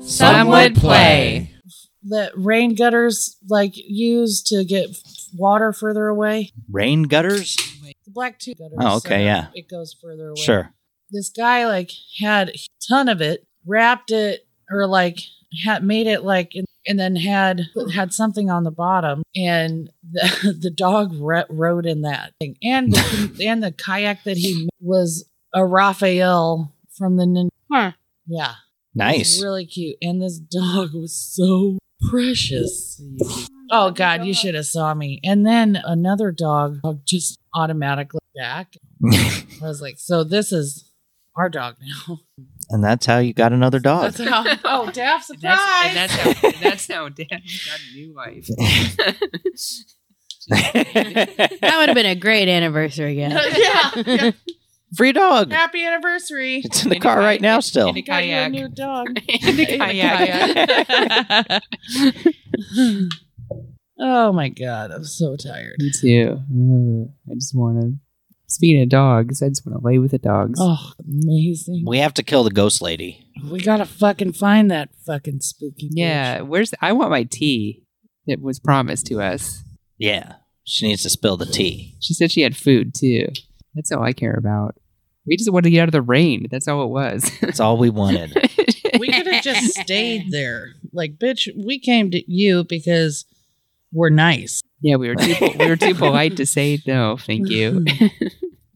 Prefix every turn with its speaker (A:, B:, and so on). A: Some would play.
B: that rain gutters like use to get water further away.
A: Rain gutters?
B: The black tube gutters.
A: Oh, okay,
B: so
A: yeah.
B: It goes further away.
A: Sure.
B: This guy like had a ton of it, wrapped it, or like had made it like, in, and then had had something on the bottom, and the the dog re- rode in that thing, and the, and the kayak that he made was a Raphael from the nin-
C: Huh.
B: yeah, it was
A: Nice.
B: really cute, and this dog was so precious. Oh God, you should have saw me. And then another dog uh, just automatically back. I was like, so this is our dog now.
A: and that's how you got another dog.
B: That's how. Oh, Daff,
C: And that's,
B: surprise!
C: and that's how and that's how Dan got a new wife.
D: That would have been a great anniversary gift.
B: yeah. yeah.
A: Free dog.
B: Happy anniversary.
A: It's in the car right now still.
C: In a
B: Got you a
C: kayak.
B: new dog.
C: In a kayak.
B: Oh my God, I'm so tired.
E: Me too. Ugh, I just want to. Speaking of dogs, I just want to lay with the dogs.
B: Oh, amazing.
A: We have to kill the ghost lady.
B: We gotta fucking find that fucking spooky. bitch.
E: yeah, where's I want my tea that was promised to us.
A: Yeah. She needs to spill the tea.
E: She said she had food too. That's all I care about. We just wanted to get out of the rain. That's all it was.
A: That's all we wanted.
B: we could have just stayed there. Like, bitch, we came to you because we're nice.
E: yeah, we were too we were too polite to say no, thank you.